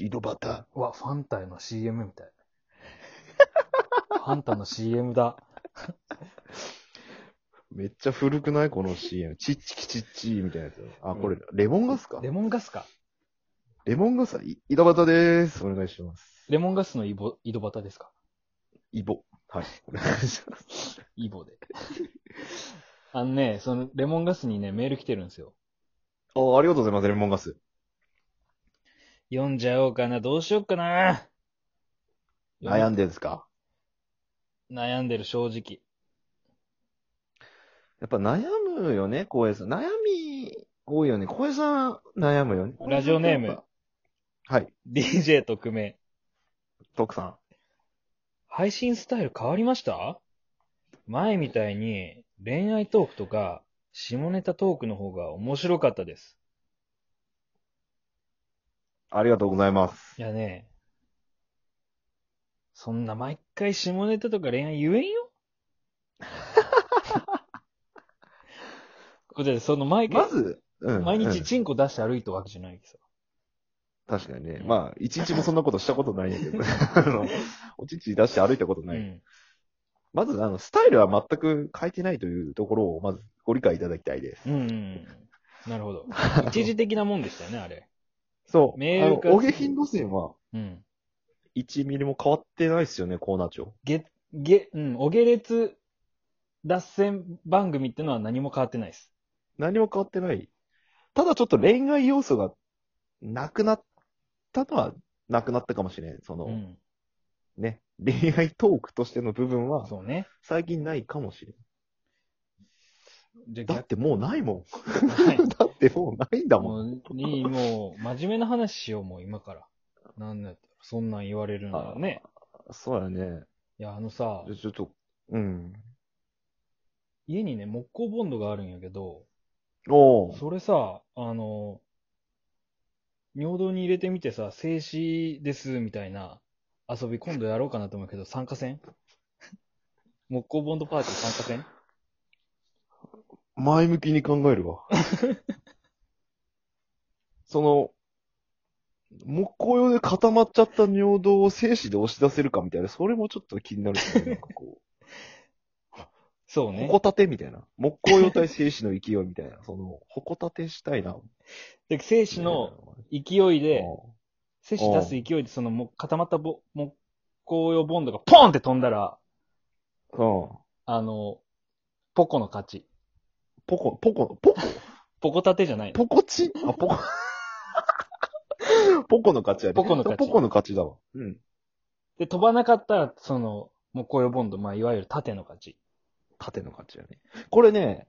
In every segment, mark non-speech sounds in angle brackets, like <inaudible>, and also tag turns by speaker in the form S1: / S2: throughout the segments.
S1: 井戸端。
S2: うわ、ファンタの CM みたい。 <laughs> ファンタの CM だ。
S1: めっちゃ古くないこの CM。チッチキチッチーみたいなやつ。あ、これ、レモンガスか
S2: レモンガスか。
S1: レモンガスは、い井戸端でーす。お願いします。
S2: レモンガスのイボ、井戸端ですか
S1: イボ。はい。お願いします。
S2: イ <laughs> ボで。あのね、その、レモンガスにね、メール来てるんですよ。
S1: あ、ありがとうございます、レモンガス。
S2: 読んじゃおうかな、どうしようかな。
S1: 悩んでるんですか
S2: 悩んでる、正直。
S1: やっぱ悩むよね、光栄さん。悩み、多いよね。光栄さん、悩むよね。
S2: ラジオネーム
S1: やっぱ。はい。
S2: DJ 特命。
S1: 徳さん。
S2: 配信スタイル変わりました前みたいに恋愛トークとか下ネタトークの方が面白かったです。
S1: ありがとうございます。
S2: いやね、そんな毎回下ネタとか恋愛言え
S1: <laughs>
S2: んよだってその毎回、
S1: まず、うん。
S2: 毎
S1: うん
S2: 日チンコ出して歩いたわけじゃないですよ。
S1: 確かにね
S2: う。ん
S1: まあ、一日もそんなことしたことないんやけ
S2: <laughs>
S1: ど、あの、おちち出して歩いたことない。
S2: うん。
S1: まず、あの、スタイルは全く変えてないというところを、まずご理解いただきたいです。
S2: うんうんうん。なる
S1: <laughs>
S2: ほど。一時的なもんでしたよね、あれ。
S1: そう。
S2: メール
S1: あの、
S2: から
S1: お下品路線は、
S2: うん。
S1: 1ミリも変わってないですよね、コーナー長。
S2: げ、げ、うん、お下列脱線番組ってのは何も変わってないです。
S1: 何も変わってない。ただちょっと恋愛要素がなくなったのは、なくなったかもしれん。その、
S2: うん。
S1: ね、恋愛トークとしての部分は、
S2: そうね。
S1: 最近ないかもしれん。
S2: じゃあ
S1: だってもうないも
S2: 逆
S1: <laughs>
S2: に。
S1: ん。だってもうないんだもん。
S2: もう、いい、もう、真面目な話しよう、もう今から。なんだよそんなん言われるんだらね。
S1: そうやね。
S2: いや、あのさ
S1: じゃ、あちょっと、うん。
S2: 家にね、木工ボンドがあるんやけど、
S1: おー
S2: それさ、あの、尿道に入れてみてさ、静止です、みたいな遊び今度やろうかなと思うけど、参加
S1: <laughs>
S2: せん木工ボンドパーティー参加せん
S1: 前向きに考え
S2: <laughs>
S1: るわ。その、木工用で固まっちゃった尿道を精子で押し出せるかみたいな、それもちょっと気になるしね、なんかこう。
S2: そう
S1: ほ
S2: <laughs> ね
S1: こ。たてみたいな。木工用対精子の勢いみたいな。その、ほこたてしたいな。
S2: で、精子の勢いで、精子出す勢いで、そのもう固まったぼ木工用ボンドがポンって飛んだら、
S1: うん。うん。
S2: あの、ポコの勝ち。
S1: ポコ、ポコ、ポコ、
S2: ポコタテじゃないの。
S1: ポコチあ、ポコ。
S2: <laughs>
S1: ポコの勝ちやね。
S2: ポコの勝ち
S1: ポコの勝ちだわ。うん。
S2: で、飛ばなかったら、その、もうこういうボンド、まあ、いわゆる縦の勝ち。
S1: 縦の勝ちやね。これね、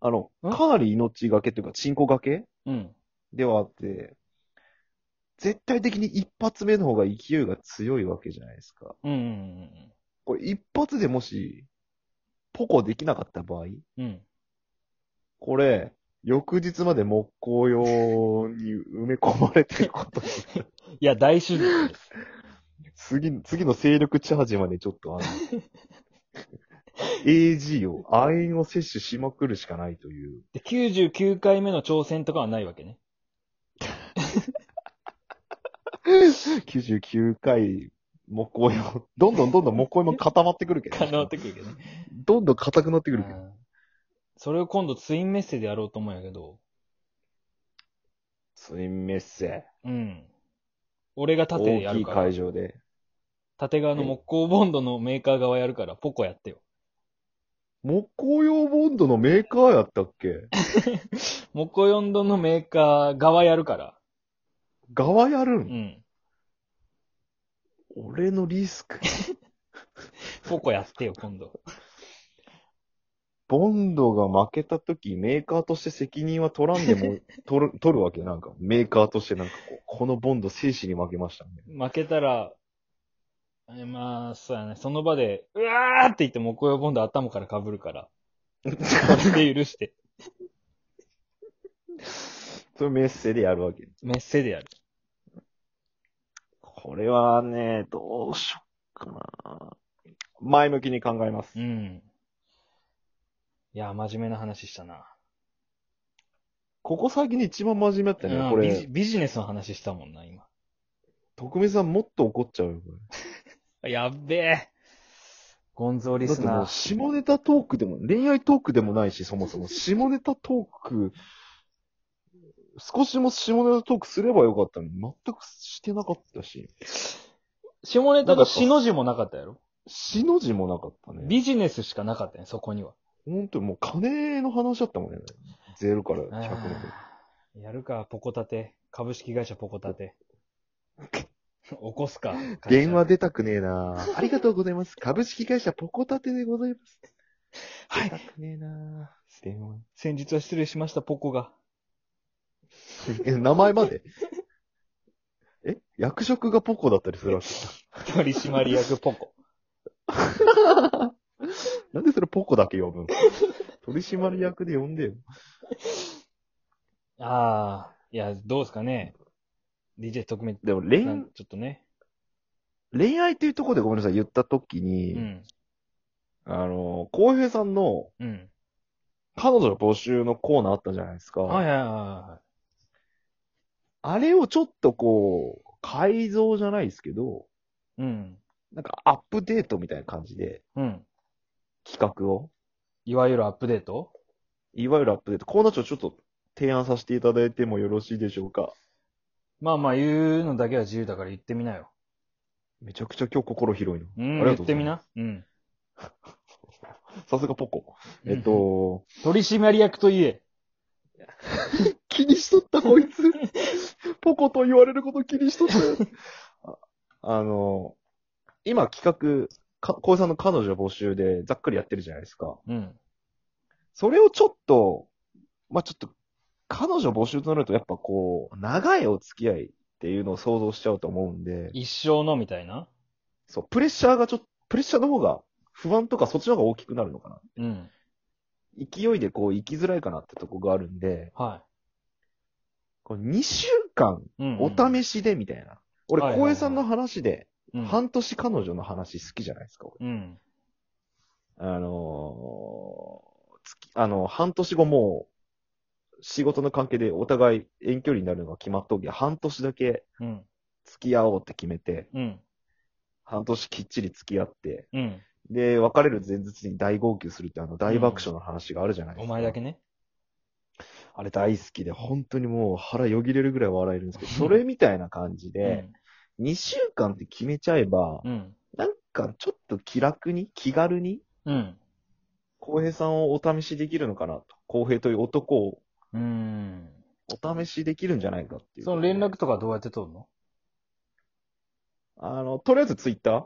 S1: あの、
S2: ん
S1: かなり命がけというか、チンコがけ
S2: うん。
S1: ではあって、絶対的に一発目の方が勢いが強いわけじゃないですか。
S2: うんうん
S1: これ一発でもし、ポコできなかった場合、
S2: うんうん。うん。
S1: これ、翌日まで木工用に埋め込まれてることに
S2: いや、大
S1: <laughs>
S2: 手術です。
S1: 次、次の勢力チャージまでちょっとあの、AG を、亜鉛を摂取しまくるしかないという。
S2: で、99回目の挑戦とかはない
S1: <laughs>
S2: わけね。
S1: <laughs> 99回木工用。どんどんどんどん木工用も固まってくるけど。
S2: 可能ってくるけどね。
S1: どんどん硬くなってくるけ
S2: う
S1: ど。
S2: んそれを今度ツインメッセでやろうと思うんやけど、
S1: ツインメッセ。
S2: うん。俺が縦でや
S1: 大き
S2: る
S1: い
S2: から
S1: 会。場で。
S2: 縦側の木工ボンドのメーカー側やるから、ポコやってよ。
S1: 木工用ボンドのメーカーやったっけ
S2: 木工ボンドのメーカー側やるから。
S1: 側やる
S2: うんん。
S1: 俺のリスク。
S2: ポコやってよ、今度。
S1: ボンドが負けたとき、メーカーとして責任は取らんで
S2: <laughs>
S1: も、取る、取るわけなんか、メーカーとしてなんかこう、このボンド生死に負けましたね。
S2: 負けたら、えまあ、そうやね。その場で、うわーって言って、木曜ボンド頭から被るから。 <laughs> それで許して。
S1: それメッセでやるわけ。
S2: メッセでやる。
S1: これはね、どうしよっかな。前向きに考えます
S2: う。ん。いや、真面目な話したな。
S1: ここ最近で一番真面目だった
S2: う
S1: ね。
S2: ん
S1: こ
S2: ビジ
S1: れ、
S2: ビジネスの話したもんな、今。
S1: 徳光さんもっと怒っちゃうよ、こ
S2: やっべえ。ゴンゾー
S1: れ。
S2: リ
S1: だっ
S2: ス
S1: ても
S2: ナ
S1: う、
S2: ー。
S1: 下ネタトークでも、恋愛トークでもないし、そも
S2: <laughs>
S1: そも。下ネタトーク、少しでも下ネタトークすればよかったのに、全くしてなかったし、
S2: 下ネタ
S1: なん
S2: の
S1: か
S2: 死の字もなかったやろ
S1: 死の字もなかったね。
S2: ビジネスしかなかったね、そこには。
S1: 本当にもう金の話だったもんね。0から100
S2: あ
S1: の時。
S2: ーやるか、ポコタテ。株式会社ポコタ <laughs> テ。起こすか。会社
S1: 電話。出たくねえなありがとうございます。株式会社ポコタテでございます。
S2: は
S1: 出
S2: い。
S1: たくねえなあ電話。 <laughs>
S2: 先日は失礼しました、ポコが。
S1: え、名前まで <laughs> え役職がポコだったりするわけ
S2: 取締役ポコ。
S1: <laughs> なんでそれポコだけ呼ぶの取締役で呼んでよ。
S2: <laughs> ああ、いや、どうですかね。DJ 特命
S1: でも
S2: さ
S1: 恋、
S2: ん、ちょっとね。
S1: 恋愛っていうところでごめんなさい、言ったときに、
S2: うん。
S1: あの、浩平さんの
S2: うん。
S1: 彼女の募集のコーナーあったじゃないですか。
S2: はいはいはいは
S1: あれをちょっとこう、改造じゃないですけど、
S2: い。うん。
S1: なんかアップデートみたいな感じで、
S2: うん。
S1: 企画を、
S2: いわゆるアップデート
S1: いわゆるアップデート、コーナー長ちょっと提案させていただいてもよろしいでしょうか。
S2: まあまあ言うのだけは自由だから言ってみなよ。
S1: めちゃくちゃ今日心広いな。
S2: うん、
S1: あり
S2: 言
S1: が
S2: っ
S1: とうございます
S2: てみな。うん。
S1: さすがポコ。えっ
S2: うん、
S1: と、
S2: 取締役と言え。
S1: 気にしとったこい
S2: <laughs>
S1: つ。ポコと言われること気にしとった。ああの、今企画、か、小江さんの彼女募集でざっくりやってるじゃないですか。
S2: うん。
S1: それをちょっと、まあ、ちょっと、彼女募集となるとやっぱこう、長いお付き合いっていうのを想像しちゃうと思うんで、
S2: 一生のみたいな。
S1: そう、プレッシャーがちょっと、プレッシャーの方が、不安とかそっちの方が大きくなるのかな。
S2: うん。
S1: 勢いでこう、生きづらいかなってとこがあるんで、
S2: は
S1: こう2週間
S2: い。うん、
S1: お試しでみたいな。俺、
S2: はいはい
S1: 光
S2: はい
S1: 栄さんの話で、
S2: うん。
S1: 半年彼女の話好きじゃないですか、俺
S2: うん。
S1: あのー、月、あの、半年後もう、仕事の関係でお互い遠距離になるのが決まっとうけど、半年だけ
S2: うん。
S1: 付き合おうって決めて、
S2: うん。
S1: 半年きっちり付き合って、
S2: うん。
S1: で、別れる前日に大号泣するってあの大爆笑の話があるじゃないです
S2: お
S1: か。
S2: 前だけね。
S1: あれ大好きで、本当にもう腹よぎれるぐらい笑えるんですけど、それみたいな感じで、2週間って決めちゃえば、
S2: うん。うん。
S1: なんかちょっと気楽に、気軽に、
S2: うん。
S1: 浩平さんをお試しできるのかなと。浩平という男を
S2: うん。
S1: お試しできるんじゃないかっていう。
S2: その連絡とかどうやって取るの
S1: あの、とりあえずツイッター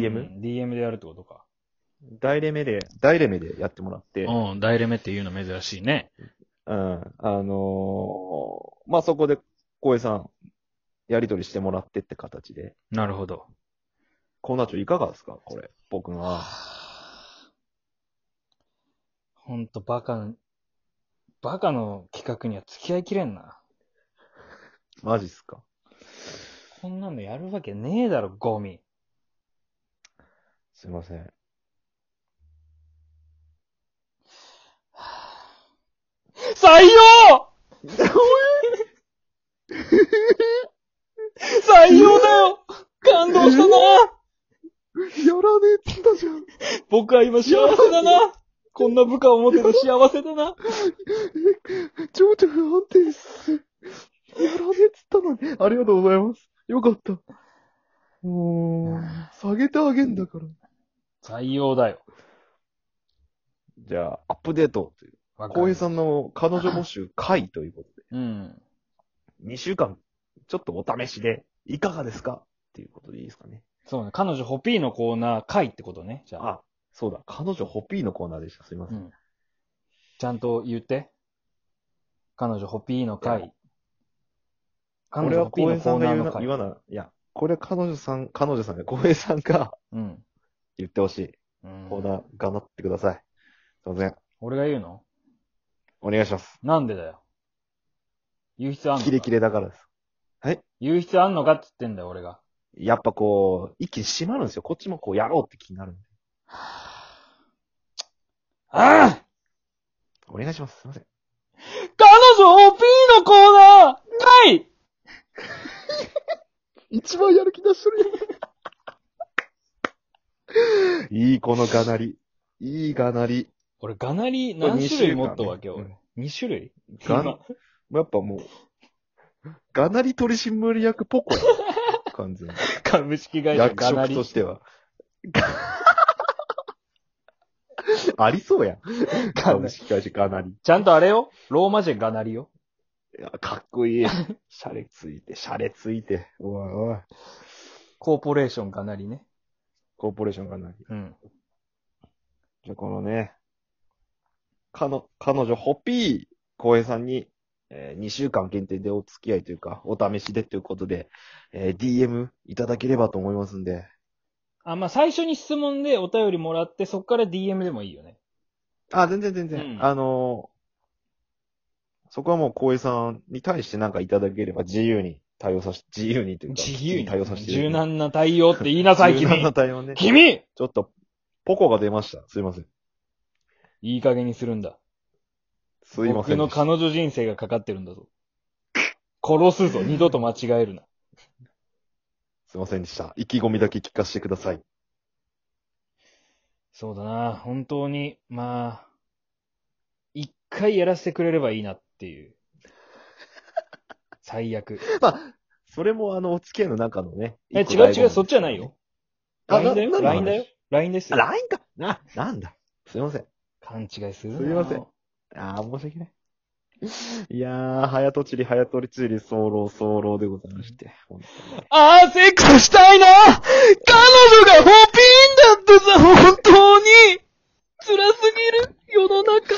S1: DM？
S2: うん ?DM でやるってことか。
S1: ダイレメで、ダイレメでやってもらって、うん、
S2: うん、ダイレメっていうの珍しいね。
S1: あのーまあ、そこで浩平さん、やりとりしてもらってって形で。
S2: なるほど。
S1: コーナー長いかがですかこれ。僕のは。
S2: ほんとバカな、バカの企画には付き合いきれんな。
S1: マジっすか
S2: こんなのやるわけねえだろ、ゴミ。
S1: すいません。
S2: 採用
S1: <laughs>
S2: 採用だよ感動したな
S1: やらねえって言ったじゃん。
S2: 僕は今幸せだなこんな部下を持てて幸せだな
S1: 情緒不安定っす。やらねえっつったのに。ありがとうございます。よかった。もう、下げてあげんだから。
S2: 採用だよ。
S1: じゃあ、アップデートという。浩平さんの彼女募集会ということ
S2: ん。うん。
S1: で、2週間、ちょっとお試しで、いかがですかっていうことでいいですかね。
S2: そうね。彼女ホピーのコーナー、会ってことね。じゃあ。
S1: あ、そうだ。彼女ホピーのコーナーでした。すいませ。
S2: うんん。ちゃんと言って。彼女ホピーの会。
S1: これは浩平さんが言うな、言わな、いや、これは彼女さん、彼女さんが、浩平さんが
S2: うん。
S1: 言ってほしい。
S2: うん
S1: コーナー、頑張ってください。すいません。
S2: 俺が言うの
S1: お願いします。
S2: なんでだよ。言う必要あんの
S1: キ
S2: か
S1: レキレだからです。
S2: 言う必要あんのかって言ってんだよ、俺が。
S1: やっぱこう、一気に締まるんですよ。こっちもこうやろうって気になるんで。
S2: ああ
S1: お願いします。すいません。
S2: 彼女 OP のコーナーない
S1: 一番やる気出してるやん。いい、このがなり。いいがなり。
S2: 俺、ガナリ
S1: これ
S2: 何
S1: 二
S2: 種類
S1: 種類
S2: 持っとるわけ、
S1: かね
S2: 俺。2種類
S1: ガナ、やっぱもう、がなり取締役ポコや。完 <laughs> 全に。
S2: 株式会社
S1: 役
S2: ガナ
S1: 職
S2: リ
S1: と。しては。 <laughs> ありそうやん。株式会社がなり。
S2: ちゃんとあれよローマ字でガナリよ。
S1: いやかっこいい。シャレついて、シャレついて。おいおい。
S2: コーポレーションガナリね。
S1: コーポレーションがなり。
S2: うん。
S1: じゃあこのね、かの、彼女、ホッピー、浩平さんに、え2週間限定でお付き合いというか、お試しでということで、えー DM いただければと思いますんで。
S2: あ、まあ、最初に質問でお便りもらって、そっから DM でもいいよね。
S1: あ、全然全然。
S2: うん
S1: あのーそこはもう浩平さんに対してなんかいただければ自由に対応させ、自由にというか、
S2: 自由に。
S1: 対応させていただ
S2: 柔
S1: きます
S2: 軟な対応って言いなさい、
S1: 柔軟な
S2: 君。
S1: 対応ね。
S2: 君
S1: ちょっと、ポコが出ました。すいません。
S2: いい加減にするんだ。
S1: すいませ
S2: 僕
S1: んで
S2: の
S1: した。
S2: 彼女人生がかかってるんだぞ。殺すぞ、二度と間違えるな。
S1: すいませんでした。意気込みだけ聞かせてください。
S2: そうだな、本当に、まあ、一回やらせてくれればいいなっていう。最悪。
S1: まあ、それもあの、お付き合いの中のね。
S2: え、
S1: 一
S2: 違
S1: 個醍醐
S2: う
S1: 味
S2: 違う、そっちじゃないよ。
S1: <laughs> あな
S2: LINE だよ
S1: 何の話
S2: ?LINE だよ ?LINE です
S1: あ、
S2: よ。
S1: LINE か。な、なんだ。すいません。
S2: 勘違いするな
S1: すいません。ああ、申し訳ない。いやー、早とちり早とちり、早漏早漏でございまして。本当に
S2: あー、セックスしたいな彼女がホピーンだってさ、本当に辛すぎる世の中。